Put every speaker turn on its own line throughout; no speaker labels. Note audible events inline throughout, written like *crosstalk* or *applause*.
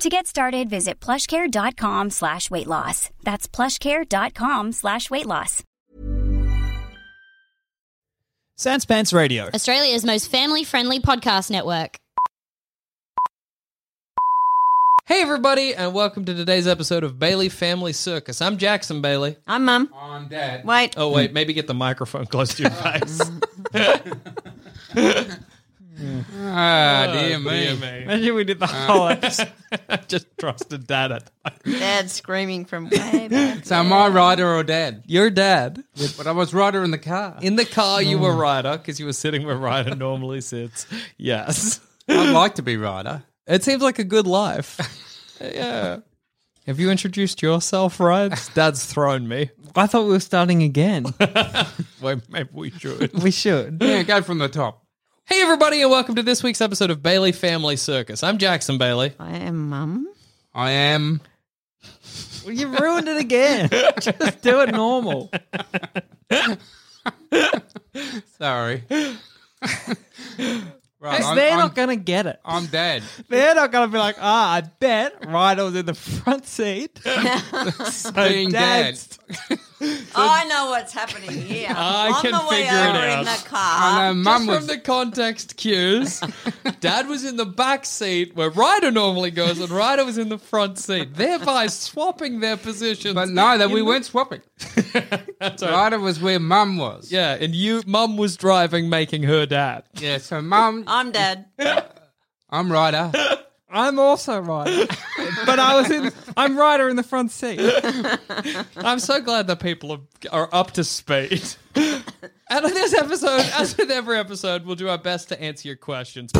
To get started, visit plushcare.com slash weight loss. That's plushcare.com slash weight loss.
Sans Pants Radio.
Australia's most family friendly podcast network.
Hey, everybody, and welcome to today's episode of Bailey Family Circus. I'm Jackson Bailey.
I'm mum.
on that.
Wait.
Oh, *laughs* wait, maybe get the microphone close to your face.
Ah, dear
Dear
me.
me.
Imagine we did the whole *laughs* episode.
Just trusted dad at the mic.
Dad screaming *laughs* from way back.
So am I rider or dad?
Your dad.
But I was rider in the car.
*laughs* In the car, you were Ryder because you were sitting where Ryder normally sits. Yes.
I'd like to be rider.
It seems like a good *laughs* life. yeah. Have you introduced yourself, Ryan? Dad's thrown me.
*laughs* I thought we were starting again.
Well, maybe *laughs* we should.
we should.
Yeah, go from the top.
Hey, everybody, and welcome to this week's episode of Bailey Family Circus. I'm Jackson Bailey.
I am mum.
I am.
You ruined it
*laughs*
again. Just do it *laughs* normal.
Sorry. *laughs* right, I'm,
They're
I'm,
not going to get it.
I'm *laughs* dad.
They're not going to be like, ah, I bet Ryder was in the front seat.
Being dad.
danced.
I know what's happening here.
*laughs* I
On
can
the way
figure it
over in
out.
the car.
I know, mum
Just
was.
from the context cues, Dad was in the back seat where Ryder normally goes, and Ryder was in the front seat, thereby swapping their positions.
but no, that we weren't *laughs* swapping. Rider was where mum was.
yeah, and you, Mum, was driving, making her dad.
Yeah, so mum,
I'm dad.
I'm rider.
I'm also Ryder. But I was in, I'm Ryder in the front seat.
I'm so glad that people are, are up to speed. and on this episode, as with every episode, we'll do our best to answer your questions.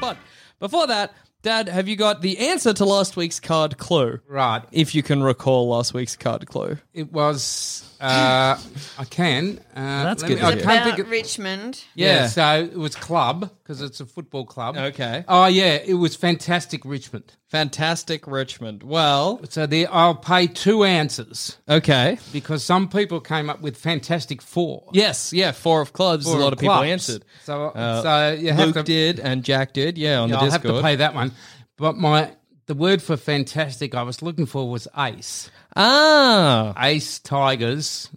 But before that, Dad, have you got the answer to last week's card clue?
Right.
If you can recall last week's card clue.
It was. Uh, I can. Uh,
That's
let
good
me-
to
I
hear.
can't
About
think of,
Richmond.
Yeah.
Yeah.
So it was club because it's a football club.
Okay.
Oh yeah, it was fantastic Richmond.
*laughs* Fantastic Richmond. Well,
So there, I'll pay two answers
okay.
because some people came up with fantastic four.
Yes, yeah, four of clubs. a
Four
lot
of
of people
clubs.
answered.
So-
Uh,
so you have
Luke
to-
did and Jack did. Yeah, on
Yeah,
the
I'll have
Discord.
to pay that one. But my the word for fantastic I was looking for was ace.
ah, mm,
Ace Tigers,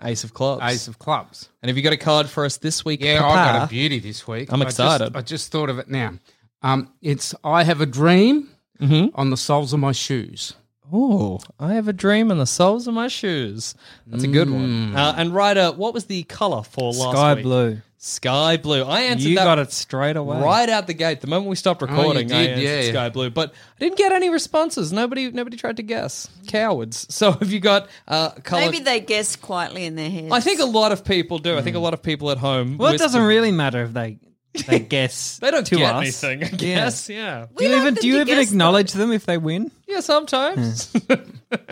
Ace of Clubs.
ace of clubs.
And have you got a card for us this week?
Yeah,
Papa?
I got a beauty this week.
I'm
I just-
excited.
I just, thought of it now. Um, it's I have a dream
Mm-hmm.
on the soles of my shoes.
Oh, I have a dream in the soles of my shoes. That's a good
Mm.
one. Uh, and Ryder, what was the color for last
Sky
week?
blue.
Sky blue. I answered
You
that
got it straight away. Oh,
right out the gate. The moment we stopped recording,
did,
I answered
yeah.
Sky Blue, but I didn't get any responses. Nobody, nobody tried to guess. Cowards. *laughs* So have you got uh, color?
Maybe they guess quietly in their heads.
I think a lot of people do. I think a lot of people at home.
Hmm. Well, it
whisper-
doesn't really matter if they
*laughs*
they guess.
They don't
to
get
us.
anything. I guess. Yeah.
Do you
like
even
them
do you
to
even
guess, though.
acknowledge them if they win?
Yeah. sometimes.
Hmm.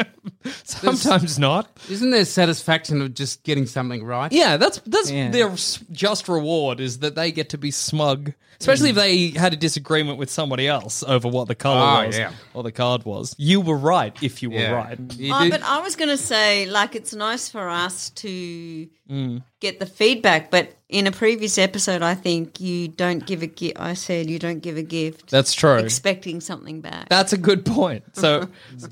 *laughs* sometimes not.
Isn't there satisfaction of just getting something right?
Yeah. That's that's
Yeah.
their s- just reward is that they get to be smug, especially if they had a disagreement with somebody else over what the color
Oh,
was
yeah.
or the card was. You were right if you were
Yeah.
right.
You
Oh,
did-
but
Mm.
I was going to say, like, it's nice for us to get the feedback, but in a previous episode, I think you don't give a gift. I said you don't give a gift,
That's true.
expecting something back.
That's a good point.
*laughs*
So,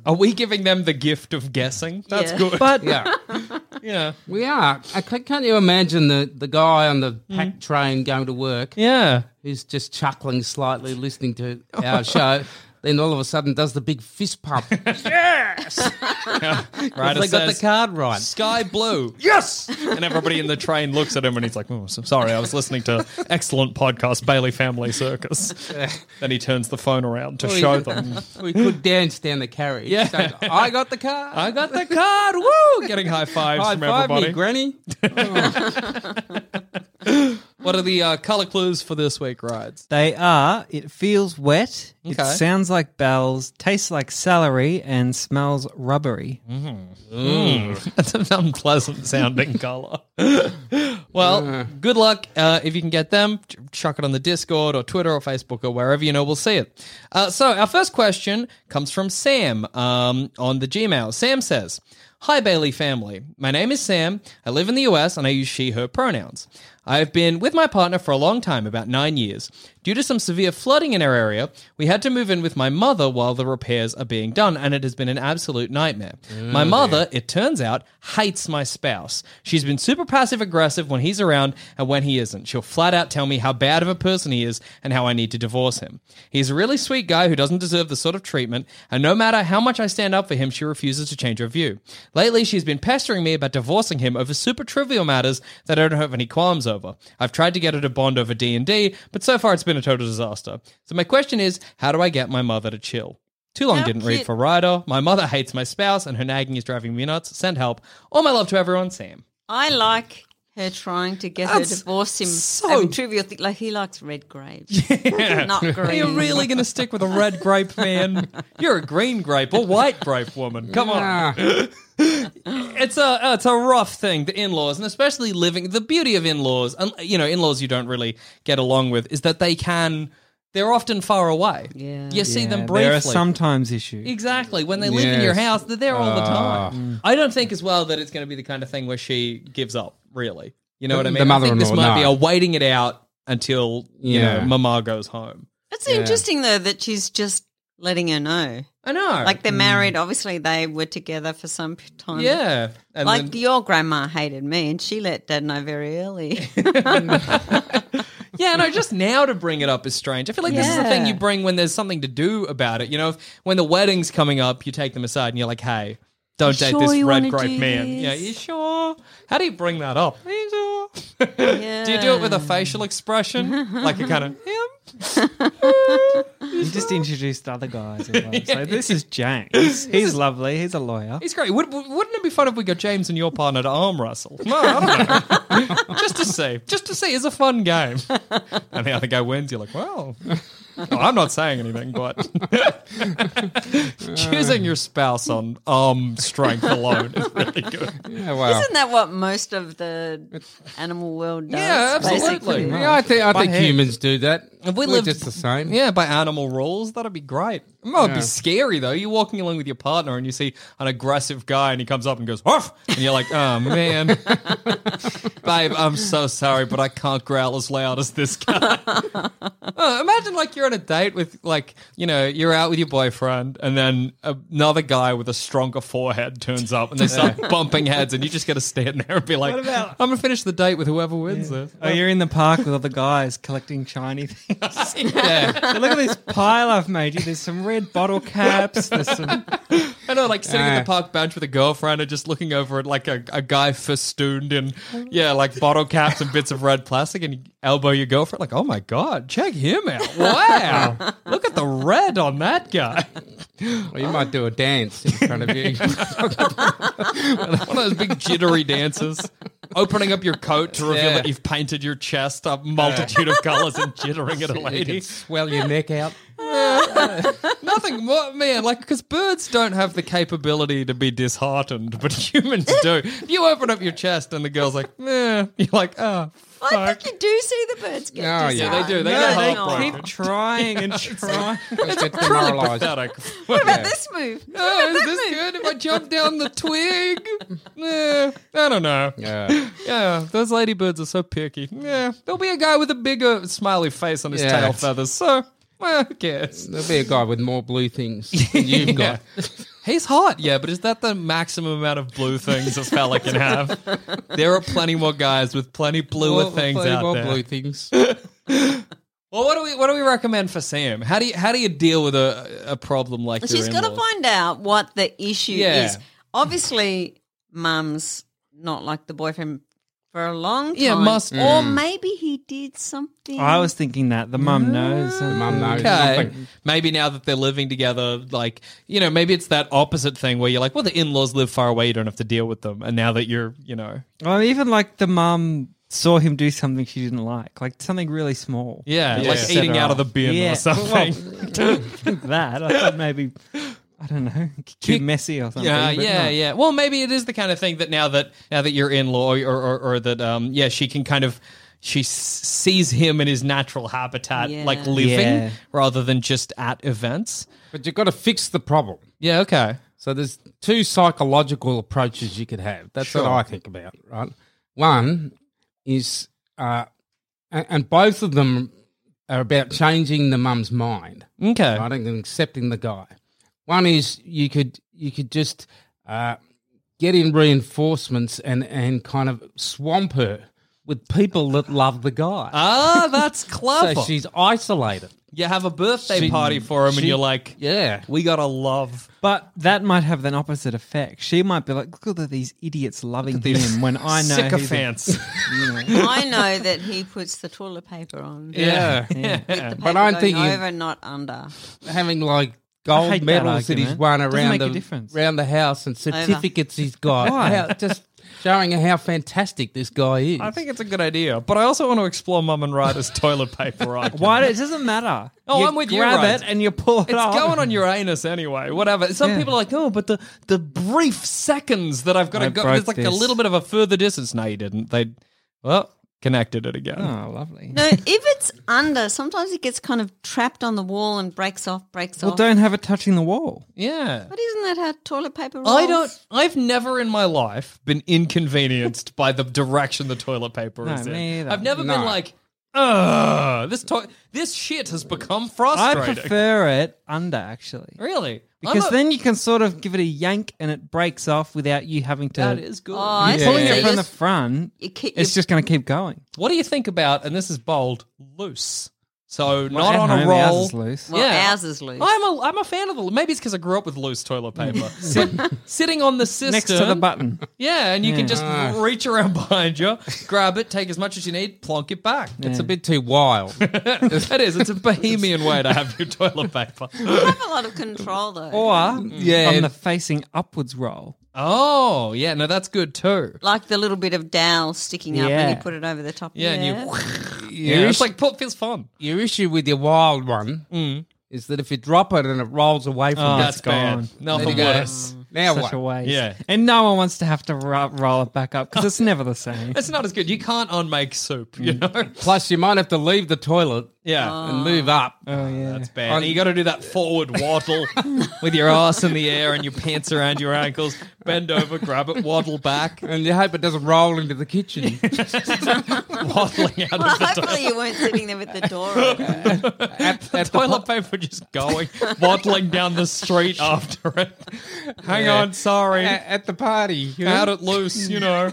are we giving them the gift of guessing? That's
Yeah.
good.
But
Yeah,
*laughs* yeah.
we are. I, ca- can't you imagine the, the guy on the pack train going to work
Hmm. Yeah.
who's just chuckling slightly, listening
*laughs*
to our show, then all of a sudden does the big fist
*laughs*
pump.
Right.
they got the card right.
Sky blue. yes. And everybody in the train looks at him and he's like, "Oh, so sorry, I was listening to excellent podcast Bailey
*laughs*
Family Circus." then he turns the phone around
Oh,
to show them.
we could dance down the carriage.
Yeah.
So, I got the card.
*laughs* I got the card. Woo! Getting high fives
High
from
five
everybody.
me,
*laughs*
Granny.
what are the uh, color clues for this week, rides?
They are. It feels wet. It
Okay.
sounds like bells. Tastes like celery and smells rubbery.
*laughs* Mm-hmm. That's an unpleasant sounding *laughs* color. well, good luck. Uh, if you can get them, ch- chuck it on the Discord or Twitter or Facebook or wherever you know we'll see it. Uh, so, our first question comes from Sam um, on the Gmail. Sam says, Hi, Bailey family. My name is Sam. I live in the US and I use she, her pronouns. I have been with my partner for a long time, about nine years. Due to some severe flooding in our area, we had to move in with my mother while the repairs are being done, and it has been an absolute nightmare. My mother, it turns out, hates my spouse. She's been super passive aggressive when he's around and when he isn't. She'll flat out tell me how bad of a person he is and how I need to divorce him. He's a really sweet guy who doesn't deserve the sort of treatment, and no matter how much I stand up for him, she refuses to change her view. Lately, she's been pestering me about divorcing him over super trivial matters that I don't have any qualms over. I've tried to get her to bond over D&D, but so far it's been a total disaster. So my question is, how do I get my mother to chill? Too long
How
didn't read
cute.
for Ryder. My mother hates my spouse, and her nagging is driving me nuts. Send help. All my love to everyone, Sam.
I like her trying to get her
That's
divorce him.
so-
over trivial thing. Like he likes
*laughs*
red grapes, not
Are you
green.
really going to stick with a red grape man? You're a green grape or white grape woman. Come on. It's a uh, it's a rough thing, the in-laws, and especially living the beauty of in-laws, and you know, in-laws you don't really get along with is that they can they're often far away.
Yeah.
You see them
Yeah,
briefly.
There are sometimes issues.
Exactly. When they live in your
Yes. Ah.
house, they're there all the time. I don't think as well that it's going to be the kind of thing where she gives up, really. You know
The-
what I
the
mean? I think this
mother-in-law,
might be
no.
a waiting it out until, you
Yeah.
know, mama goes home.
It's interesting though that she's just letting her know.
I know.
Like they're married. Obviously, they were together for some p- time.
Hmm. yeah. And
like *laughs*
then-
your grandma hated me, and she let Dad know very
*laughs*
early. *laughs*
yeah, no, just now to bring it up is strange. I feel like this is the thing
Yeah.
you bring when there's something to do about it. You know, if, when the wedding's coming up, you take them aside and you're like, hey, don't date
sure
this
you
red
wanna
grape
do
man.
this?
Yeah, you sure? How do you bring that up? Are you sure? *laughs*
yeah.
Do you do it with a facial expression? like a kind
*laughs*
of, yeah,
You just introduced other guys.
*laughs*
As well. So this is James. He's lovely. He's a lawyer.
He's great. Would, wouldn't it be fun if we got James and your partner to arm wrestle? No, I don't know. *laughs* just to see. Just to see. It's a fun game. *laughs* And the other guy wins. You're like, well, no, I'm not saying anything, but *laughs* choosing your spouse on arm strength alone is really good.
Yeah, well.
Isn't that what most of the animal world does?
Yeah, absolutely.
basically?
Yeah, I think, I think
head.
humans do that.
If we
We're
lived-
just the same.
Yeah, by animal rules, that'd be great. It would
Yeah.
be scary though. You're walking along with your partner and you see an aggressive guy and he comes up and goes, Huff! and you're like, oh man, babe, I'm so sorry, but I can't growl as loud as this guy. Oh, imagine like you're on a date with like you know you're out with your boyfriend and then another guy with a stronger forehead turns up and they start bumping heads and you just got to stand there and be like,
about-
I'm gonna finish the date with whoever wins this.
Oh, you're in the park with other guys collecting shiny things. *laughs*
yeah.
Look at this pile I've made you. There's some red bottle caps. There's some.
I know, like sitting at
Ah.
the park bench with a girlfriend and just looking over at like a, a guy festooned in, yeah, like bottle caps and bits of red plastic, and you elbow your girlfriend, like, oh my god, check him out!
*laughs*
Wow, look at the red on that guy.
Or you might do a dance in front of
*laughs*
you.
One of those big jittery dances, opening up your coat to reveal
Yeah. *laughs*
that you've painted your chest a multitude of colors and jittering at a
You
lady. *laughs*
could swell your neck out.
Nothing more, man. Like, because birds don't have the capability to be disheartened, but *laughs* humans do. If you open up your chest and the girl's like, eh, you're like, oh,
I
fuck.
think you do see the birds get
Oh, yeah,
they do. They
disheartened.
get
No,
heartbroken.
Keep trying
*laughs*
and trying.
Let's get
Truly
demoralised.
pathetic. *laughs*
What about this move?
Oh, is this good if I jump down the twig? Eh, I don't know.
Yeah.
Yeah, those ladybirds are so picky. Yeah, there'll be a guy with a bigger smiley face on his
Yeah.
tail feathers, so well, who cares?
There'll be a guy with more blue
*laughs*
things than you've got.
He's hot, yeah, but is that the maximum amount of blue things a fella can have? there are plenty more guys with plenty bluer
Well,
things
plenty
out
more
there.
blue *laughs* things.
Well, what do we what do we recommend for Sam? How do you how do you deal with a a problem like your
She's got to
in-laws?
find out what the issue
Yeah.
is. Obviously, mum's not like the boyfriend for a long time.
Yeah, must-
or maybe he did something.
I was thinking that the mum knows.
The mum knows
Okay.
nothing.
Maybe now that they're living together, like, you know, maybe it's that opposite thing where you're like, well, the in laws live far away. You don't have to deal with them. And now that you're, you know,
Well, even like the mum saw him do something she didn't like, like something really small.
yeah,
That
like
just
eating
set her
out of
off.
the bin
Yeah.
or something.
Well, *laughs* that I thought maybe I don't know, *laughs* too messy or something.
Yeah,
but
yeah,
no.
yeah. Well, maybe it is the kind of thing that now that now that you're in law or, or or that um yeah, she can kind of she s- sees him in his natural habitat,
Yeah.
like living
Yeah.
rather than just at events.
But you've got to fix the problem.
Yeah, okay.
So there's two psychological approaches you could have. That's what I think about, right? One is, uh, and, and both of them are about changing the mum's mind,
Okay.
right, and accepting the guy. One is you could you could just uh, get in reinforcements and and kind of swamp her with people that love the guy,
*laughs*
Ah, that's
so
clever.
she's isolated.
you have a birthday party for him, and you're like,
Yeah,
we gotta love
But that might have an opposite effect. She might be like, "Look at all these idiots loving
these
him." When
*laughs*
I know he's a-
sycophants.
*laughs*
I know that he puts the toilet paper on.
yeah.
*laughs*
The
But
paper
I'm
going
thinking-
over, not under.
having like
I
gold
hate that
medals that, he's
argument.
won
Doesn't
around
make a
the,
difference.
around the house and certificates he's got. How- just showing how fantastic this guy is.
I think it's a good idea, but I also want to explore Mum and Ryder's toilet
*laughs*
paper argument.
Why? do- It doesn't matter.
Oh, I'm with you,
Grab
Ryan.
it and you pull it
It's
off.
going on your anus anyway. Whatever. Some
Yeah.
people are like, oh, but the the brief seconds that I've got to
I
go,
broke
there's like a
this.
little bit of a further distance. No, you didn't. They, well, connected it again.
Oh, lovely.
No, if it's under, sometimes it gets kind of trapped on the wall and breaks off, breaks
Well,
off.
don't have it touching the wall.
Yeah.
But isn't that how toilet paper rolls?
I
*laughs*
don't. I've never in my life been inconvenienced *laughs* by the direction the toilet paper
No,
is in.
me either.
I've never been
No.
like, ugh, this to- this shit has become frustrating.
I prefer it under actually.
really I'm
Because
a-
then you can sort of give it a yank and it breaks off without you having to.
that is good.
Oh, I
You're
see.
pulling
So
it
you
from the
just-
front.
You keep,
It's
you-
just going to keep going.
What do you think about? And this is bold, loose. So not
at
on a
home,
roll.
ours is loose.
well,
yeah.
ours is loose.
I'm a I'm a fan of the. Maybe it's because I grew up with loose
*laughs*
toilet paper. Sit, *laughs* sitting on the cistern
Next to the
*laughs*
Ah. button.
Yeah, and you can just reach around *laughs* behind you, grab it, take as much as you need, plonk it back.
it's a bit too
*laughs*
wild.
It is. It's
*laughs*
a bohemian way to have your toilet
*laughs*
paper.
I have a lot of control though.
Or
Yeah.
on the facing upwards roll.
Oh yeah, no, that's good too.
like the little bit of dowel sticking up when
Yeah.
you put it over the top.
Yeah,
Yeah.
and you. Yeah, it's like pop feels fun.
your issue with your wild one is that if you drop it and it rolls away from you,
Mm. Oh,
That's
it's gone.
bad. Nothing
you go.
worse.
now
Such
what?
a waste.
Oh, Yeah.
And no one wants to have to ro- roll it back up because
*laughs*
it's never the same.
It's not as good. You can't unmake soup. You
Mm.
know.
Plus, you might have to leave the toilet
Yeah.
and move up.
Oh, yeah.
That's bad. And you got to do that forward
*laughs*
waddle with your ass in the air and your pants around your ankles. Bend over, grab it, waddle back, *laughs*
and you hope it doesn't roll into the
*laughs*
kitchen.
waddling out
*laughs* Well,
of the
hopefully you weren't sitting there with the door
*laughs*
open.
at, at the
toilet paper, just going waddling down the street after it. Hang on, sorry,
at, at the party. you know?
had it loose, you know.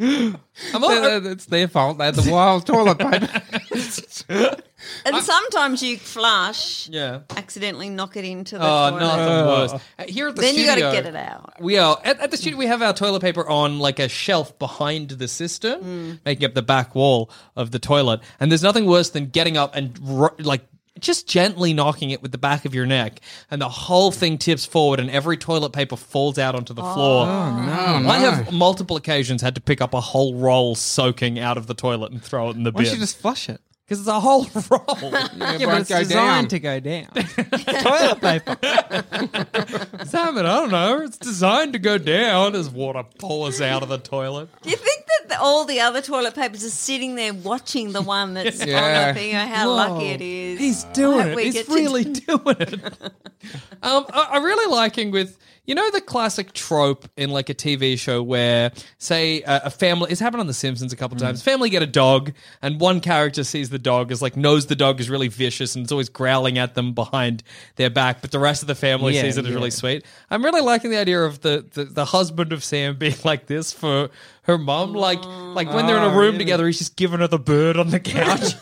I'm all-
Uh, It's their fault. They had the wild toilet paper.
And sometimes you flush,
yeah.
accidentally knock it into the
Oh,
toilet.
not the worst. Uh, Here at the
then you
studio,
got to get it out.
We are at, at the studio. We have our toilet paper on like a shelf behind the cistern,
Mm.
making up the back wall of the toilet. And there's nothing worse than getting up and ru- like just gently knocking it with the back of your neck, and the whole thing tips forward, and every toilet paper falls out onto the floor.
Oh,
I have multiple occasions had to pick up a whole roll soaking out of the toilet and throw it in the
Why
bin.
don't you just flush it?
because it's a whole *laughs* roll.
*laughs*
Yeah,
It
but
won't
it's
go
designed
down.
to go down.
*laughs* toilet paper. Salmon, I don't know. It's designed to go down as water pours out of the toilet.
Do you think that the, all the other toilet papers are sitting there watching the
*laughs*
one that's on
Yeah.
up and you know how lucky it is?
He's doing
Right,
it.
we
He's
get to-
really *laughs* doing it. um, I, I really liking with you know the classic trope in like a TV show where say a, a family it's happened on The Simpsons a couple times. Family get a dog and one character sees the dog as like knows the dog is really vicious and it's always growling at them behind their back, but the rest of the family
Yeah,
sees it as really
yeah.
sweet. I'm really liking the idea of the, the, the husband of Sam *laughs* being like this for her mum. Like like when they're in a room together, he's just giving her the bird on *laughs* the couch.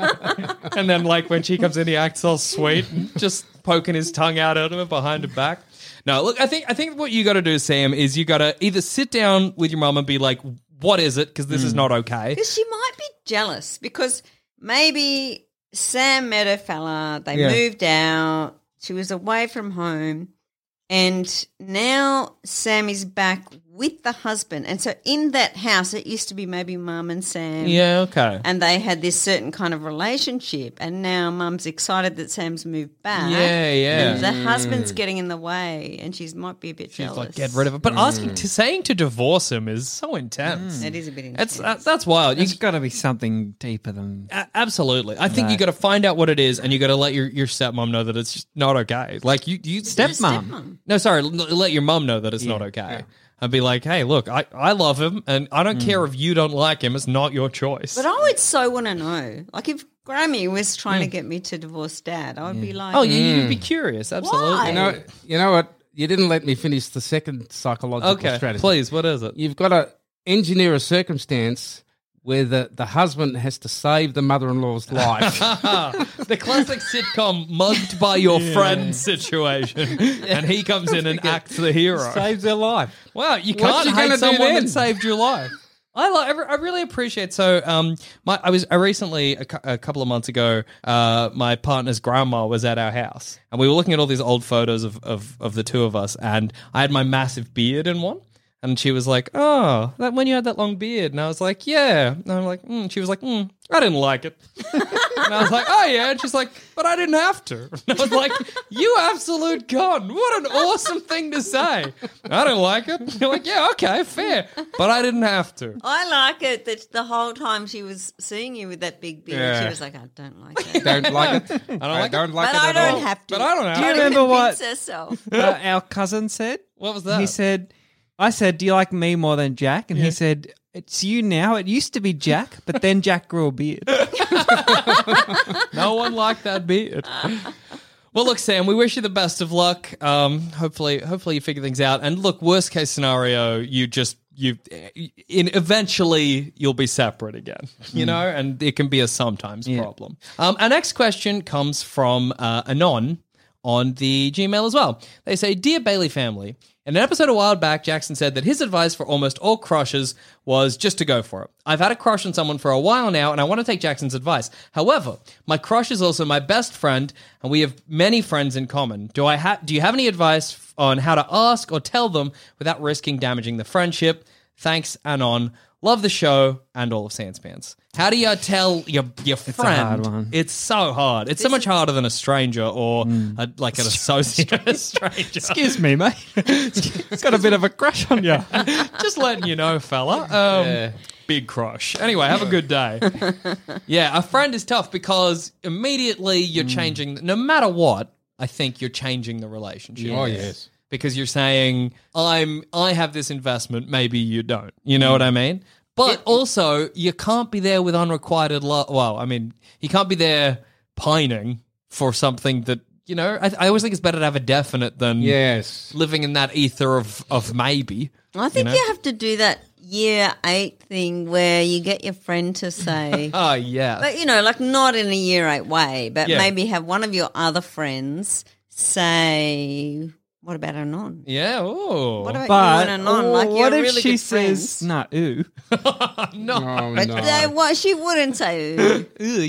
and then like when she comes in, he acts all sweet, and just poking his tongue out at her behind her back. No, look, I think I think what you got to do, Sam, is you got to either sit down with your mum and be like, "What is it?" Because this is not okay.
Because she might be jealous because maybe Sam met a fella, they
Yeah.
moved out, she was away from home, and now Sam is back with the husband. And so in that house, it used to be maybe mum and Sam.
Yeah, okay.
And they had this certain kind of relationship, and now Mum's excited that Sam's moved back.
Yeah, yeah. Mm.
And the husband's getting in the way, and she might be a bit
She's
jealous.
like, "Get rid of it," but asking to saying to divorce him is so intense.
That Mm. is a bit intense.
That's uh, that's that's wild. You,
It's got to be something deeper than.
A- absolutely. I think you got to find out what it is, and you got to let your, your stepmom know that it's just not okay. Like you, you
stepmom?
No, sorry. l- let your mom know that it's not okay, and be like, "Hey, look, I, I love him, and I
Mm.
don't care if you don't like him. It's not your choice."
But I would so want to know. Like, if Grammy was trying to get me to divorce dad, I would be like,
oh, you, you'd be curious. Absolutely.
Why?
Mm. You know, you know what? You didn't let me finish the second psychological
Okay.
strategy.
Please, what is it?
You've got to engineer a circumstance where the, the husband has to save the mother in law's life.
*laughs* the classic sitcom mugged by your friend *laughs* situation, and he comes in *laughs* and acts the hero.
Saves their life.
Wow, you
What
can't
you
hate
gonna do
someone
then?
that saved your life. *laughs* I like. I re- I really appreciate. So, um, my I was I recently a, cou- a couple of months ago. Uh, my partner's grandma was at our house, and we were looking at all these old photos of of, of the two of us, and I had my massive beard in one. And she was like, "Oh, that when you had that long beard," and I was like, "Yeah." And I'm like, mm. "She was like, mm, I didn't like it." And I was like, oh yeah. And she's like, but I didn't have to. And I was like, you absolute con. What an awesome thing to say. I don't like it. You're like, yeah, okay, fair. But I didn't have to.
I like it that the whole time she was seeing you with that big beard, she was like, I don't like it.
Don't like it. I don't
like it.
don't like
but
it
I
at
don't
all.
have to.
But I don't have
Do you
to.
remember
Remember what-
what? herself.
*laughs* Uh, our cousin said.
What was that?
He said, I said, Do you like me more than Jack? And he said, It's you now. It used to be Jack, but then Jack grew a beard.
No one liked that beard. Well, look, Sam. We wish you the best of luck. Um, hopefully, hopefully you figure things out. And look, worst case scenario, you just you in eventually you'll be separate again. You know, and it can be a sometimes problem. Um, our next question comes from uh, anon on the Gmail as well. They say, "Dear Bailey family." In an episode a while back, Jackson said that his advice for almost all crushes was just to go for it. I've had a crush on someone for a while now, and I want to take Jackson's advice. However, my crush is also my best friend, and we have many friends in common. Do I ha- do you have any advice f- on how to ask or tell them without risking damaging the friendship? Thanks, Anon. Love the show and all of Sandspans. How do you tell your your friend?
hard one.
It's so hard. It's so much harder than a stranger or a,
*laughs*
like an associate stranger.
*laughs* Hmm. Excuse me, mate. *laughs* it's got a bit of a crush on you.
*laughs* Just letting you know, fella. Um, Big crush. Anyway, have a good day. yeah, a friend is tough because immediately you're changing, no matter what, I think you're changing the relationship.
Oh, yes.
Because you're saying, I'm, I have this investment, maybe you don't. You know what I mean? But also, you can't be there with unrequited love. Well, I mean, you can't be there pining for something that, you know, I, I always think it's better to have a definite than
Yes.
*laughs* living in that ether of, of maybe.
I think
know?
you, have to do that year eight thing where you get your friend to say,
Oh, yeah.
but you know, like not in a year eight way, but
Yeah.
maybe have one of your other friends say, What about Anon?
yeah. Oh.
What about
But
you and Anon? Like,
Oh,
you're
what if
really
she
good
says,
friends.
nah, ooh.
Oh,
But
no.
they, well, she wouldn't say ooh.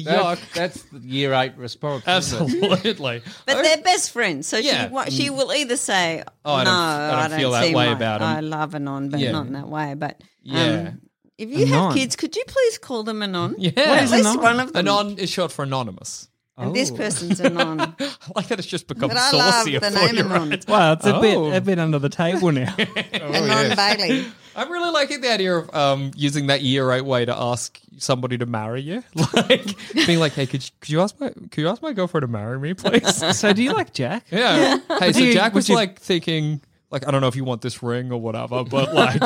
That- that's the year eight response. isn't it?
*laughs* Absolutely.
*laughs* But they're best friends, so
Oh. Yeah. Mm.
she wa- she will either say,
Oh, I
"No,
don't- I don't feel that
see
way
my-
about 'em."
I love Anon, but
Yeah.
not in that way." But
*laughs*
um,
Yeah.
If you have
Anon.
kids, could you please call them anon?
Yeah.
Or at
What is
least
anon?
one of them.
Anon is short for anonymous. *laughs*
And this
Oh.
person's anon.
*laughs*
I like that it's just become
But I love
saucier
the
for
name
you,
Anon.
right? *laughs*
Wow, it's a
Oh.
bit a bit under the table now.
anon Bailey.
I'm really liking the idea of um, using that year right way to ask somebody to marry you, *laughs* like being like, "Hey, could you, could you ask my could you ask my girlfriend to marry me, please?"
*laughs* so, do you like Jack?
Yeah. Hey, so
you-
Jack
would
was
you-
like thinking, like, I don't know if you want this ring or whatever, *laughs* but like,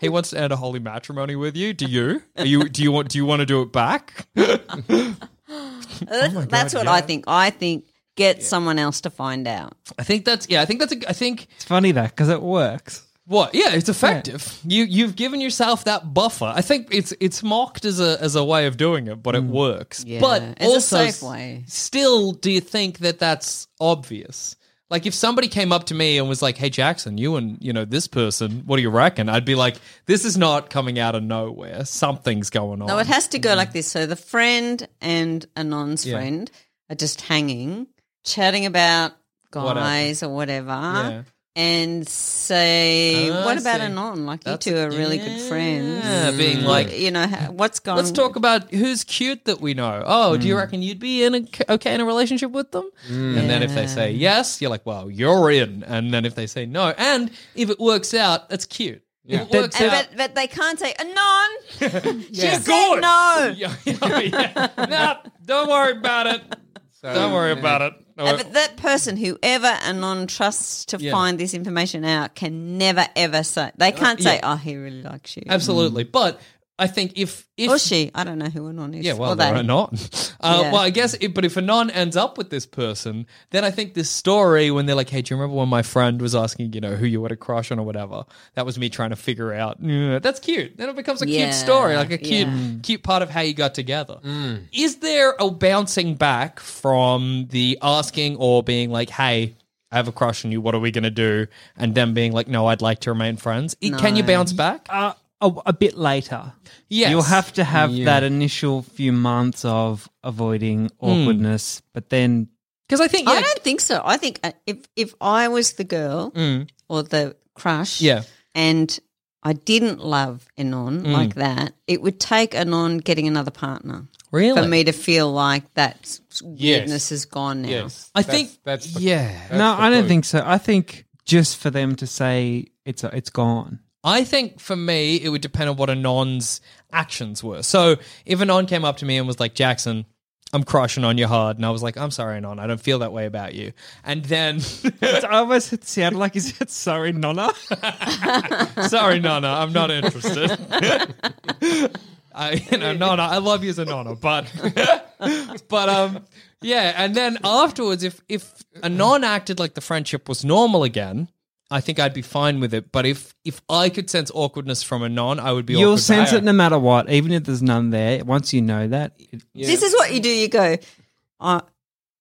he wants to end a holy matrimony with you. Do you? Are you? Do you want? Do you want to do it back?
Oh
That's, that's what I think. I think get someone else to find out.
I think that's yeah. I think that's. A, I think
It's funny that because it works.
what? Yeah, it's effective. You you've given yourself that buffer. I think it's it's mocked as a as a way of doing it, but it works.
Mm. Yeah,
But
it's a
also,
safe way.
still, do you think that that's obvious? Like if somebody came up to me and was like, "Hey Jackson, you and you know this person, what do you reckon?" I'd be like, "This is not coming out of nowhere. Something's going on."
No, it has to
Mm-hmm.
go like this. So the friend and Anon's friend are just hanging, chatting about guys or whatever.
Yeah.
And say,
Ah,
what
I
about
see.
Anon? Like,
That's-
you two are really good friends.
Yeah, being like,
you know, ha- what's going
Let's talk about who's cute that we know. Oh,
Hmm.
do you reckon you'd be in a, okay in a relationship with them? And then if they say yes, you're like, well, you're in. And then if they say no, and if it works out, that's cute. If it works
And,
out,
but, but they can't say, Anon! She said
Good.
no!
*laughs* yeah, yeah, yeah. Nah, don't worry about it. don't worry about it. No,
Uh, but that person, whoever Anon trusts to
Oh, Yeah. Uh,
find this information out, can never ever say they can't say, "Oh, he really likes you,"
absolutely. But I think if Uh, if
or she. I don't know who Anon is.
Yeah, well,
or they.
they're not. *laughs* Uh,
Yeah.
Well, I guess, it, but if Anon ends up with this person, then I think this story, when they're like, hey, do you remember when my friend was asking, you know, who you had a crush on or whatever? That was me trying to figure out. Yeah, that's cute. Then it becomes a
Yeah,
cute story, like a cute,
yeah.
cute part of how you got together. Is there a bouncing back from the asking or being like, hey, I have a crush on you. What are we going to do? And them being like, no, I'd like to remain friends. I- Can you bounce back?
Uh, a, a bit later.
Yes.
You'll have to have that initial few months of avoiding awkwardness, but then
Because I think, yeah.
I don't think so. I think uh, if if I was the girl or the crush,
Mm. Yeah.
and I didn't love Anon
Mm.
like that, it would take Anon getting another partner
Really?
for me to feel like that s- weirdness is gone now.
I think,
That's, that's the,
yeah.
that's
no,
the
I don't
clue.
think so. I think just for them to say it's uh, it's gone.
I think for me, it would depend on what Anon's actions were. So if Anon came up to me and was like, Jackson, I'm crushing on you hard. And I was like, I'm sorry, Anon. I don't feel that way about you. And then, *laughs*
It's *laughs* almost it sounded like he said sorry, Nonna.
*laughs*
sorry, Nana, I'm not interested. *laughs* I, you know, Nana, I love you as a Nana, but, *laughs* but, um, yeah. And then afterwards, if, if Anon acted like the friendship was normal again, I think I'd be fine with it. But if, if I could sense awkwardness from Anon, I would be
You'll
awkward
sense
back.
it no matter what, even if there's none there. Once you know that, it,
This is what you do. You go, uh,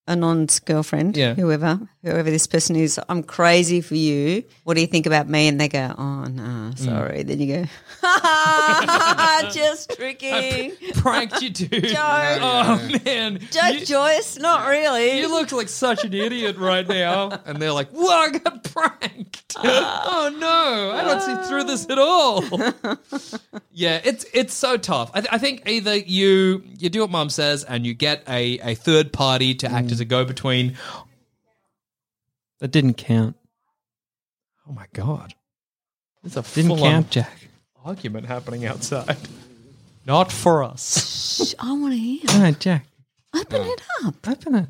Anon's girlfriend,
Yeah.
whoever, whoever this person is, I'm crazy for you. What do you think about me? And they go, oh, no,
Mm.
sorry. Then you
*laughs*
go, *laughs* ha ha, just tricking.
pranked *laughs* you, dude. Oh man,
Joke,
you,
Joyce, not really.
you look like such an
*laughs*
idiot right now. And they're like, "Whoa, I got pranked!
Ah.
oh no, I don't see through this
*laughs*
at all." yeah, it's it's so tough. I, th- I think either you you do what mom says and you get a a third party to
Mm.
act as a go between.
that didn't count.
Oh my god, it's a
Didn't
full-on
count, Jack.
argument happening outside. Not for us.
Shh, I want to hear.
*laughs* No, Jack,
Open
Oh.
it up.
open it.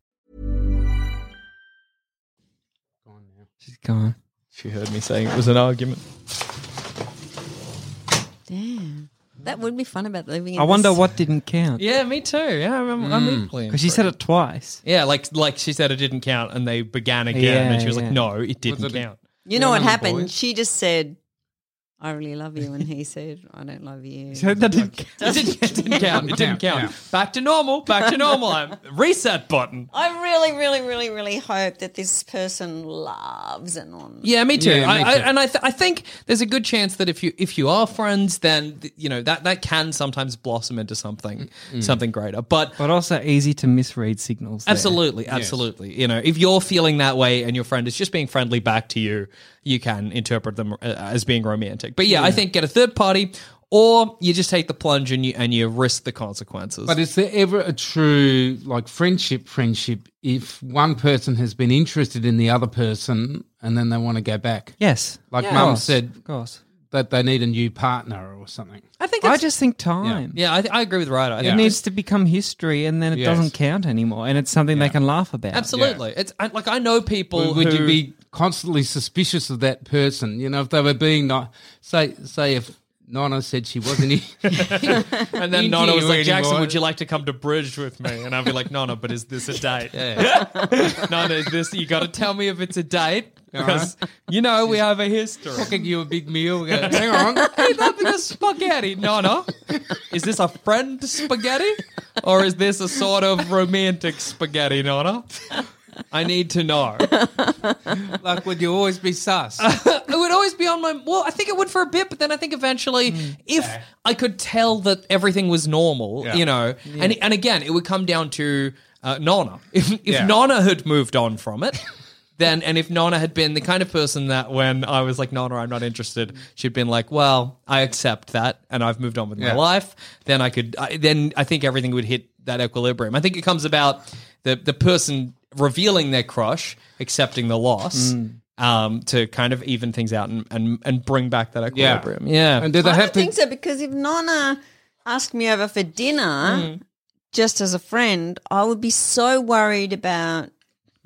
She's gone. She heard me saying it was an argument.
Damn. That would be fun about living in
I wonder what didn't count.
Yeah, me too. Yeah, I remember. I'm equally.
Because she said it twice.
Yeah, like like she said it didn't count, and they began again,
Yeah,
and she was
yeah.
like, "No, it didn't count."
You know what happened? She just said, I really love you. And he *laughs* said, I don't love
*laughs*
you.
So that didn't count. It *laughs* didn't, it didn't count. It didn't
Count,
count. Back to normal. Back to *laughs* normal. I'm- Reset button.
I really, really, really, really hope that this person loves and on.
Yeah, me too.
Yeah,
I,
me
I,
too.
and I, th- I think there's a good chance that if you if you are friends, then th- you know that that can sometimes blossom into something
Mm.
something greater. But
But also easy to misread signals. there.
absolutely, absolutely, you know, if you're feeling that way and your friend is just being friendly back to you, you can interpret them uh, as being romantic. But yeah, I
Yeah.
think get a third party, or you just take the plunge and you and you risk the consequences.
But is there ever a true like friendship friendship if one person has been interested in the other person and then they want to go back?
Yes.
Like
Yeah. Of
mum
course,
said
of course.
that they need a new partner or something.
I think
I just think time.
Yeah, I, th- I agree with Ryder. I
It
think
needs to become history, and then it
Yes.
doesn't count anymore, and it's something they can laugh about.
Absolutely. It's I, like I know people
Would, would
who-
you be constantly suspicious of that person? You know, if they were being not say say if Nana said she wasn't.
*laughs*
in-
and then
into
Nana was
you
like, Jackson,
anymore.
would you like to come to bridge with me? And I'd be like, Nana, but is this a date? *laughs* Nana, is this? You got to tell me if it's a date because you know we have a history.
Cooking you a big meal. go,
Hang on, hey, love the spaghetti, Nana. Is this a friend spaghetti or is this a sort of romantic spaghetti, Nana? I need to know.
like, would you always be sus?
*laughs* it would always be on my well i think it would for a bit but then i think eventually if i could tell that everything was normal
Mm. Yeah.
you know
Yeah.
and and again it would come down to uh, nana *laughs* if, if
Yeah.
nana had moved on from it *laughs* then and if nana had been the kind of person that when i was like nana i'm not interested she'd been like well i accept that and i've moved on with my
Yeah.
life then i could I, then i think everything would hit that equilibrium i think it comes about the the person revealing their crush accepting the loss
Mm.
um, to kind of even things out and, and, and bring back that equilibrium. Yeah.
And do they
I
have
don't
to?
think so because if Nonna asked me over for dinner
Mm.
just as a friend, I would be so worried about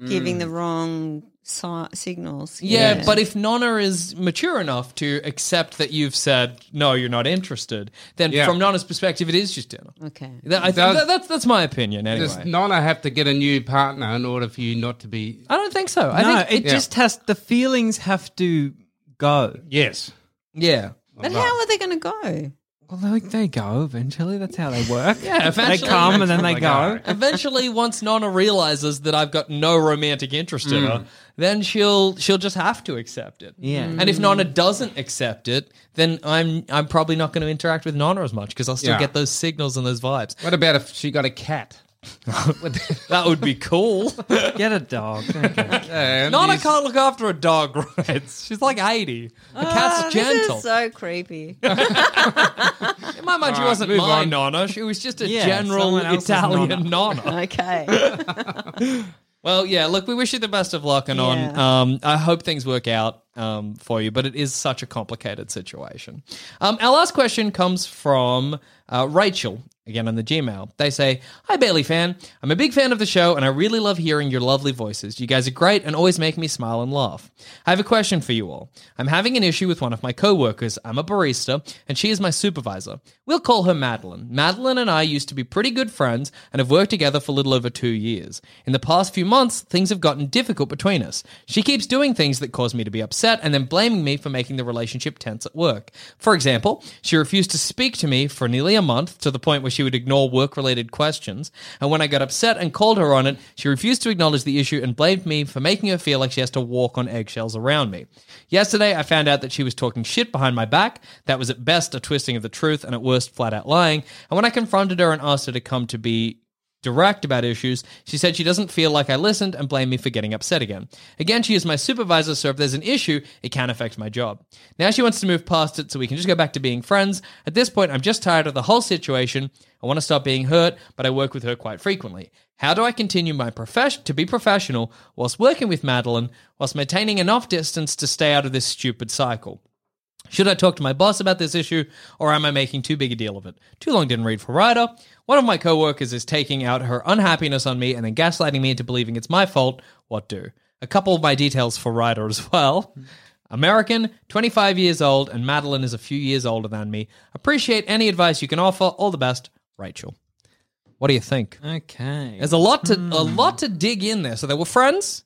giving
Mm.
the wrong si- signals.
Yeah, but if Nonna is mature enough to accept that you've said no, you're not interested, then
Yeah.
from Nonna's perspective, it is just dinner.
Okay.
That, I think
Does-
that, that's that's my opinion anyway.
Does Nana have to get a new partner in order for you not to be?
I don't think so. I
no,
think
it just has the feelings have to go.
Yes.
Yeah.
But how are they going to go?
Well, they, they go eventually. That's how
*laughs*
they work.
Yeah,
they
eventually
come and then they go.
Eventually, once Nonna realizes that I've got no romantic interest in her,
Mm.
then she'll she'll just have to accept it.
Yeah.
And if Nonna doesn't accept it, then I'm I'm probably not going to interact with Nonna as much because I'll still
Yeah.
get those signals and those vibes.
What about if she got a cat?
that would be *laughs* cool.
Get a dog.
*laughs* Nonna can't look after a dog, right? She's like eighty. The
Ah,
cat's
This
gentle.
is so
*laughs*
creepy.
In my mind, she
All right,
wasn't
move
my
on.
Nonna. She was just a
Yeah,
general
someone else's
Italian Nonna.
okay.
Well, yeah. Look, we wish you the best of luck, and on.
Yeah.
Um, I hope things work out um, for you, but it is such a complicated situation. Um, our last question comes from uh, Rachel again on the Gmail. They say, "Hi, Bailey fan. I'm a big fan of the show, and I really love hearing your lovely voices. You guys are great and always make me smile and laugh. I have a question for you all. I'm having an issue with one of my coworkers. I'm a barista, and she is my supervisor. We'll call her Madeline. Madeline and I used to be pretty good friends and have worked together for a little over two years. In the past few months, things have gotten difficult between us. She keeps doing things that cause me to be upset and then blaming me for making the relationship tense at work. For example, she refused to speak to me for nearly a month to the point where she would ignore work related questions. And when I got upset and called her on it, she refused to acknowledge the issue and blamed me for making her feel like she has to walk on eggshells around me. Yesterday, I found out that she was talking shit behind my back. That was at best a twisting of the truth and at worst flat out lying. And when I confronted her and asked her to come to be direct about issues. She said she doesn't feel like I listened and blamed me for getting upset again. Again, she is my supervisor, so if there's an issue, it can affect my job. Now she wants to move past it so we can just go back to being friends. At this point, I'm just tired of the whole situation. I want to stop being hurt, but I work with her quite frequently. How do I continue my profession to be professional whilst working with Madeline, whilst maintaining enough distance to stay out of this stupid cycle? Should I talk to my boss about this issue, or am I making too big a deal of it? Too long didn't read for Ryder. One of my coworkers is taking out her unhappiness on me and then gaslighting me into believing it's my fault. What do? A couple of my details for Ryder as well. American, 25 years old, and Madeline is a few years older than me. Appreciate any advice you can offer. All the best, Rachel. What do you think?
Okay.
There's a lot to a
Hmm.
lot to dig in there. So they were friends.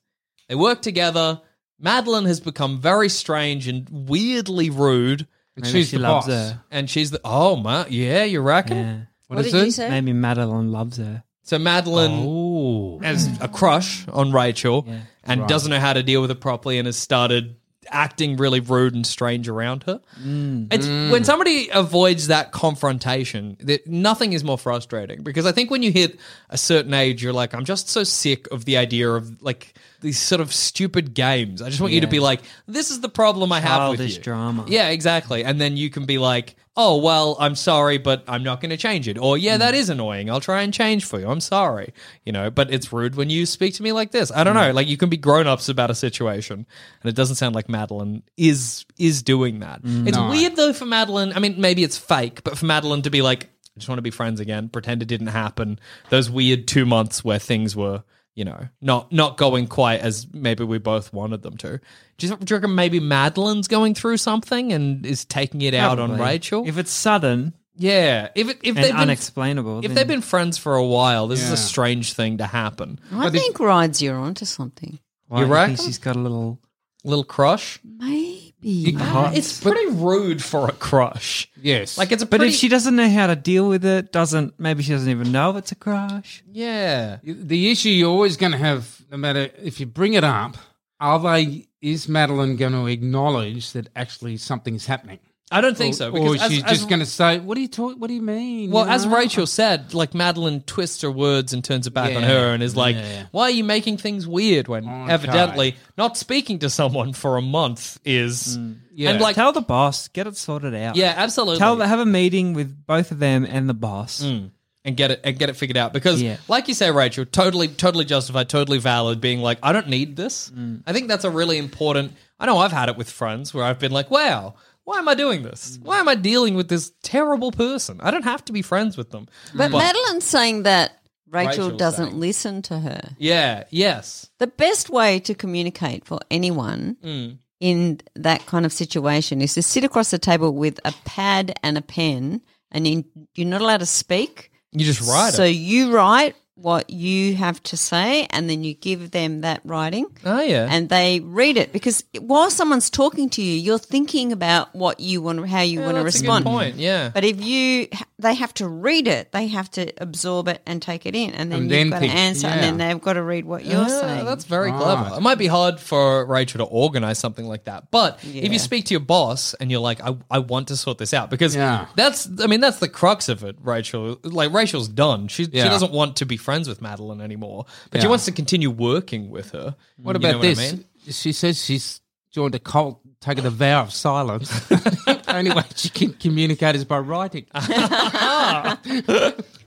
They worked together. Madeline has become very strange and weirdly rude.
And Maybe she's she the loves boss. her.
And she's the oh my yeah, you reckon?
What is did it? you say? Maybe Madeline loves her.
So Madeline
Oh.
has a crush on Rachel and
Right.
doesn't know how to deal with it properly and has started acting really rude and strange around her.
Mm.
It's when somebody avoids that confrontation, that nothing is more frustrating because I think when you hit a certain age, you're like, I'm just so sick of the idea of like these sort of stupid games. I just want you to
Yeah.
be like, this is the problem I have with
Childish
you.
drama.
Yeah, exactly. And then you can be like, oh well, I'm sorry, but I'm not going to change it. Or yeah, that is annoying. I'll try and change for you. I'm sorry. You know, but it's rude when you speak to me like this. I don't know. Like you can be grown ups about a situation, and it doesn't sound like Madeline is is doing that. It's
No.
weird though for Madeline. I mean, maybe it's fake, but for Madeline to be like, I just want to be friends again, pretend it didn't happen. Those weird two months where things were, you know, not not going quite as maybe we both wanted them to. Do you, do you reckon maybe Madeline's going through something and is taking it out on
Probably.
Rachel?
If it's sudden,
yeah, if it, if
and
they've been,
unexplainable,
if
then-
they've been friends for a while, this is
Yeah.
a strange thing to happen.
I think Rides you're onto something.
you
Why, I
reckon
think she's got a little
little crush?
Maybe.
Ah, it's pretty rude for a crush.
Yes,
like it's a
but
pretty.
if she doesn't know how to deal with it, doesn't maybe she doesn't even know it's a crush.
Yeah.
The issue you're always going to have, no matter if you bring it up, are they, is Madeline going to acknowledge that actually something's happening?
I don't think
Or-
so.
Or
because as-
she's
as-
just going to say, what do you talk, what do you mean?
Well,
You
as
know?
Rachel said, like Madeline twists her words and turns it back on
Yeah.
her and is like,
Yeah.
why are you making things weird when
Okay.
evidently not speaking to someone for a month is.
Mm.
Yeah.
And like,
tell the boss, get it sorted out.
Yeah, absolutely.
Tell have a meeting with both of them and the boss.
Mm. and get it and get it figured out because
Yeah.
like you say Rachel totally totally justified totally valid being like I don't need this
Mm.
I think that's a really important I know I've had it with friends where I've been like wow why am I doing this
Mm.
why am I dealing with this terrible person I don't have to be friends with them
But, Madeline's saying that Rachel
Rachel's
doesn't
saying-
listen to her.
yeah yes
The best way to communicate for anyone
Mm.
in that kind of situation is to sit across the table with a pad and a pen, and in, you're not allowed to speak.
You just write
So
it.
you write what you have to say, and then you give them that writing.
Oh, yeah.
and they read it because while someone's talking to you, you're thinking about what you want, how you
Yeah,
want to
that's a good
respond.
point, yeah.
But if you, they have to read it, they have to absorb it and take it in, and then
And
you've
then
got
think-
to answer,
yeah.
and then they've got to read what you're
Ah,
saying.
That's very clever. It might be hard for Rachel to organize something like that. But if
Yeah.
you speak to your boss and you're like, I, I want to sort this out because
Yeah.
that's I mean, that's the crux of it, Rachel. Like Rachel's done. She
Yeah.
she doesn't want to be friends with Madeline anymore. But she
Yeah.
wants to continue working with her.
What
You
about
know I
this?
mean? *laughs*
She says she's joined a cult, taking a vow of
*laughs*
silence. *laughs* the only way she can communicate is by writing.
Ah,
How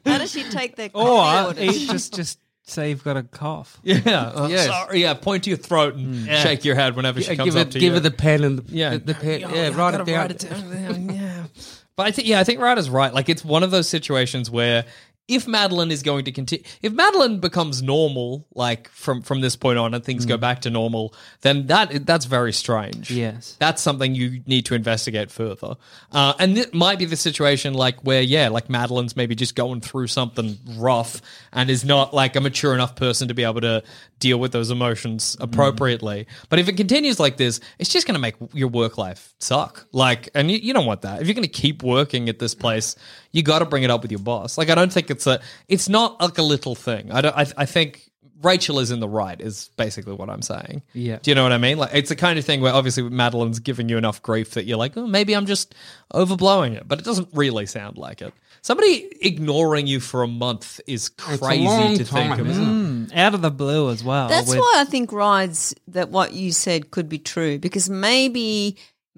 does she
*laughs*
take their
Oh,
coffee
Or
orders?
eat, *laughs* just just say you've got a cough.
Yeah. uh,
Yes.
Sorry, yeah. Point to your throat and
Yeah.
shake your head whenever she
Yeah,
comes
give
up
her-
to you.
give her the pen and the-
yeah.
the- the pen-
Oh,
yeah,
I
write it
gotta
down.
yeah. But I think yeah, I think Ryder's right. Like it's one of those situations where if Madeline is going to continue, if Madeline becomes normal, like from from this point on, and things go back to normal, then that that's very strange.
Yes.
that's something you need to investigate further. Uh, and it might be the situation like where yeah, like Madeline's maybe just going through something rough and is not like a mature enough person to be able to deal with those emotions
Mm.
appropriately. But if it continues like this, it's just
Mm.
going to make your work life suck. Like, and you, you don't want that. If you're going to keep working at this place, you got to bring it up with your boss. Like I don't think it's a it's not like a little thing. I don't. I, I think Rachel is in the right is basically what I'm saying.
Yeah.
Do you know what I mean? Like it's the kind of thing where obviously Madeline's giving you enough grief that you're like, oh, maybe I'm just overblowing it, but it doesn't really sound like it. Somebody ignoring you for a month is
a
crazy
long
to think
time,
of, isn't it?
isn't it? Hmm, Out of the blue as
uh,
well.
That's
with- *laughs*
why I think rides that what you said could be true because maybe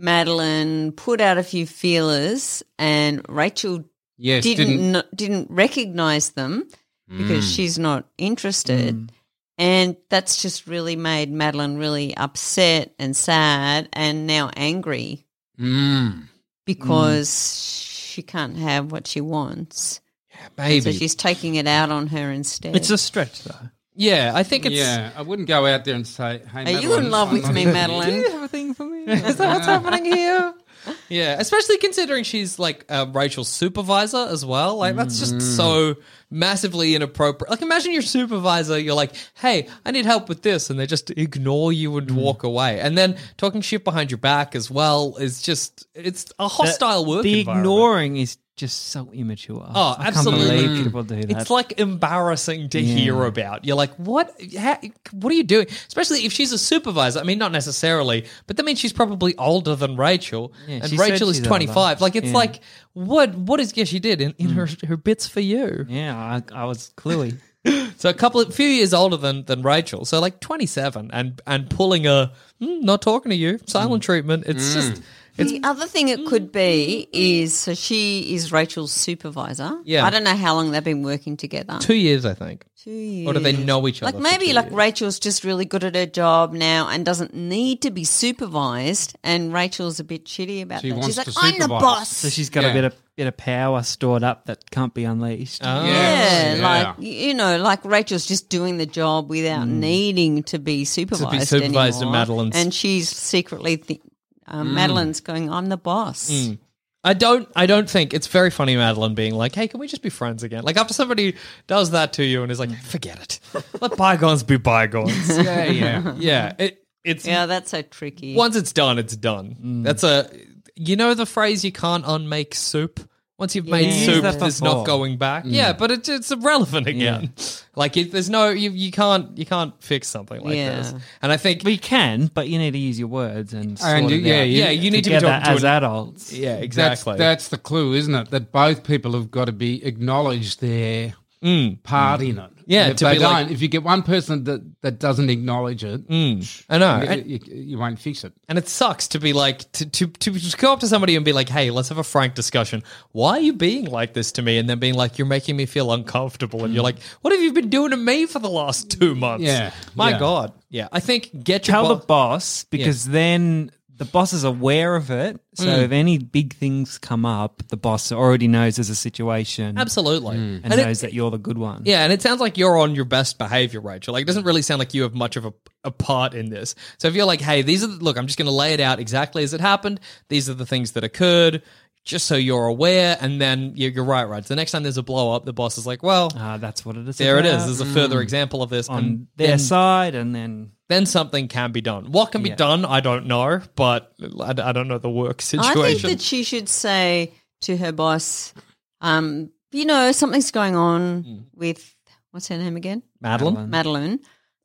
Madeline put out a few feelers and Rachel
Yes,
didn't
didn't-
kn- didn't recognize them because
Mm.
she's not interested. And that's just really made Madeline really upset and sad and now angry
Mm.
because she can't have what she wants. So
maybe.
she's taking it out on her instead.
stretch, though. Yeah, I think it's.
Yeah, I wouldn't go out there and say, "Hey,
Are you
Madeline,
in love
I'm
with *laughs*
not-
me, Madeline?
have a thing for me?
Is that what's happening here?
Yeah, especially considering she's like uh, Rachel's supervisor as well. Like that's
Mm.
just so massively inappropriate. Like imagine your supervisor, you're like, "Hey, I need help with this," and they just ignore you
Mm.
and walk away. And then talking shit behind your back as well is just it's a hostile
the,
work
The
environment.
ignoring is just so immature.
Oh,
I
absolutely.
Can't believe people do that.
It's like embarrassing to hear about. You're like, what? How, what are you doing? Especially if she's a supervisor. I mean, not necessarily, but that means she's probably older than Rachel,
Yeah, she
and
said
Rachel is
she's
25.
older.
Like, it's
Yeah. Hmm.
like, what? What is? Yeah, she did in, in her her bits for you.
yeah, I, I was cluey.
So a couple of few years older than than Rachel. So like 27, and and pulling a "Mm, not talking to you silent
Hmm.
treatment. It's just
the other thing it could be is so she is Rachel's supervisor.
Yeah.
I don't know how long they've been working together.
two years, I think.
Two years.
Or do they know each
Like
other for
maybe
two
like
years?
Rachel's just really good at her job now and doesn't need to be supervised, and Rachel's a bit shitty about
She
that.
wants
She's like,
to
I'm the
supervise."
boss.
So she's got
Yeah.
a bit of bit of power stored up that can't be unleashed.
Oh.
Yeah, like you know, like Rachel's just doing the job without needing to be supervised.
Mm. supervised, and
anymore.
Madeline's-
and she's secretly th- uh,
Mm.
Madeline's going, "I'm the boss."
Mm. I don't. I don't think it's very funny, Madeline, being like, "Hey, can we just be friends again?" Like after somebody does that to you and is like, "Forget it, let bygones be bygones."
*laughs* Yeah,
*laughs*
yeah.
yeah. It, it's
yeah, that's so tricky.
once it's done, it's done.
Mm.
That's a. You know the phrase "you can't unmake soup." Once you've made
Yeah. Used
soup,
that
there's
before.
not going back.
Mm.
Yeah, but it's it's irrelevant again. *laughs* Like it, there's no you, you can't you can't fix something like
Yeah.
this. And I think
we can, but you need to use your words and,
And
sort
you-
it
yeah,
out
you-
Yeah, you need to be
together
talking to
as
an-
adults.
Yeah,
That's-
exactly.
That's, the clue, isn't it? That both people have got to be acknowledge their part in it.
Yeah,
And if
to
they
be
don't,
like-
if you get one person that, that doesn't acknowledge it,
I know.
you-
And-
you, you won't fix it.
And it sucks to be like to, to to just go up to somebody and be like, "Hey, let's have a frank discussion. Why are you being like this to me?" And then being like, "You're making me feel uncomfortable." And you're like, "What have you been doing to me for the last two months?"
Yeah,
my
yeah.
god. Yeah, I think get your
Tell
bo-
the boss because then the boss is aware of it. So
Mm.
if any big things come up, the boss already knows there's a situation.
Absolutely. Mm.
and,
And it-
knows that you're the good one.
Yeah, and it sounds like you're on your best behavior, Rachel. Like, it doesn't really sound like you have much of a, a part in this. So if you're like, hey, these are, the, look, I'm just going to lay it out exactly as it happened. These are the things that occurred, just so you're aware. And then you're, you're right, right. So the next time there's a blow up, the boss is like, well,
Ah, that's what it is.
there it is.
about.
There's a
Mm.
further example of this.
on
And
their
then-
side, and then
Then something can be done. What can be
Yeah.
done, I don't know, but I, I don't know the work situation.
I think that she should say to her boss, um, you know, something's going on
Mm.
with what's her name again?
Madeline.
Madeline.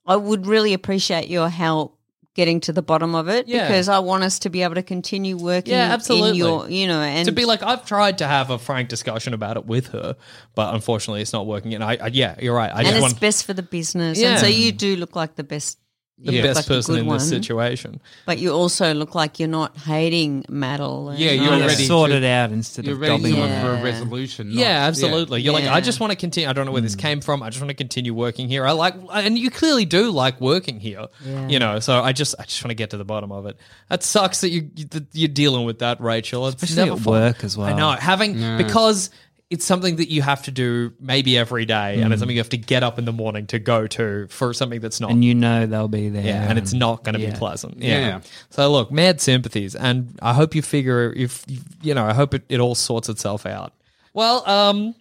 I would really appreciate your help getting to the bottom of it
Yeah.
because I want us to be able to continue working
Yeah, absolutely.
in your, you know, and
to be like, I've tried to have a frank discussion about it with her, but unfortunately, it's not working. And I, I yeah, you're right. I
and
just
it's
want
best for the business.
Yeah.
And so you do look like the best
the
you look
best
like the
person
good
in
one,
this situation.
But you also look like you're not hating Madeline.
Yeah,
you
you're
already
ready
sort
to-
it out instead
You're
of
ready
dobbing
to
on
look
it.
for a resolution. not-
Yeah, absolutely. You're like,
Yeah.
I just want to continue. I don't know where
Mm.
this came from. I just want to continue working here. I like, and you clearly do like working here.
Yeah.
You know, so I just, I just want to get to the bottom of it. That sucks that you that you're dealing with that, Rachel. It's
Especially
never
at
fun.
work as well.
I know having because it's something that you have to do maybe every day, and
Mm.
it's something you have to get up in the morning to go to for something that's not
and you know they'll be there.
Yeah, and it's not going to
yeah.
be pleasant. Yeah.
Yeah.
So look, mad sympathies, and I hope you figure if you know. I hope it, it all sorts itself out. Well, um,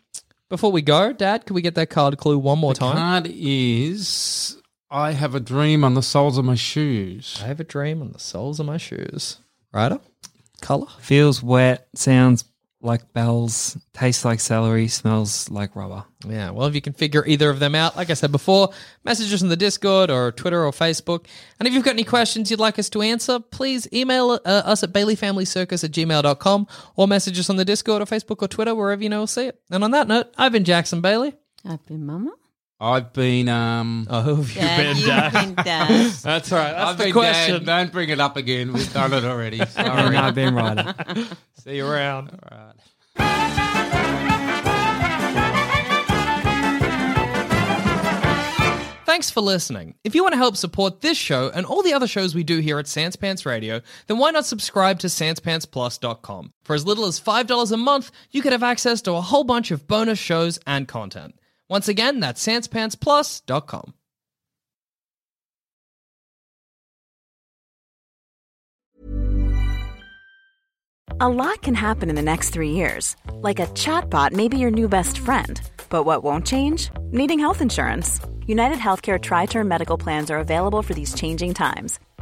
before we go, Dad, can we get that card clue one more time?
Card is I have a dream on the soles of my shoes.
I have a dream on the soles of my shoes. Righto. Color
feels wet, sounds like bells, tastes like celery, smells like rubber.
Yeah, well, if you can figure either of them out, like I said before, message us in the Discord or Twitter or Facebook. And if you've got any questions you'd like us to answer, please email uh, us at baileyfamilycircus at gmail.com or message us on the Discord or Facebook or Twitter, wherever you know we'll see it. And on that note, I've been Jackson Bailey.
I've been Mama.
I've been um.
Oh, who have you
Dad, been, uh, you've Dad? been *laughs* Dad.
*laughs* That's right. That's
I've
the
been Dad.
question.
Don't bring it up again. We've done it
*laughs*
already. Sorry.
And I've been Ryder.
See you around. All
right.
Thanks for listening. If you want to help support this show and all the other shows we do here at Sans Pants Radio, then why not subscribe to SansPantsPlus.com? For as little as $5 a month, you could have access to a whole bunch of bonus shows and content. Once again, that's SansPantsPlus.com.
A lot can happen in the next three years. Like a chatbot may be your new best friend. But what won't change? Needing health insurance. United Healthcare Tri Term Medical Plans are available for these changing times.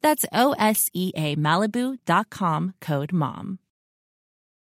That's O S E A Malibu.com code MOM.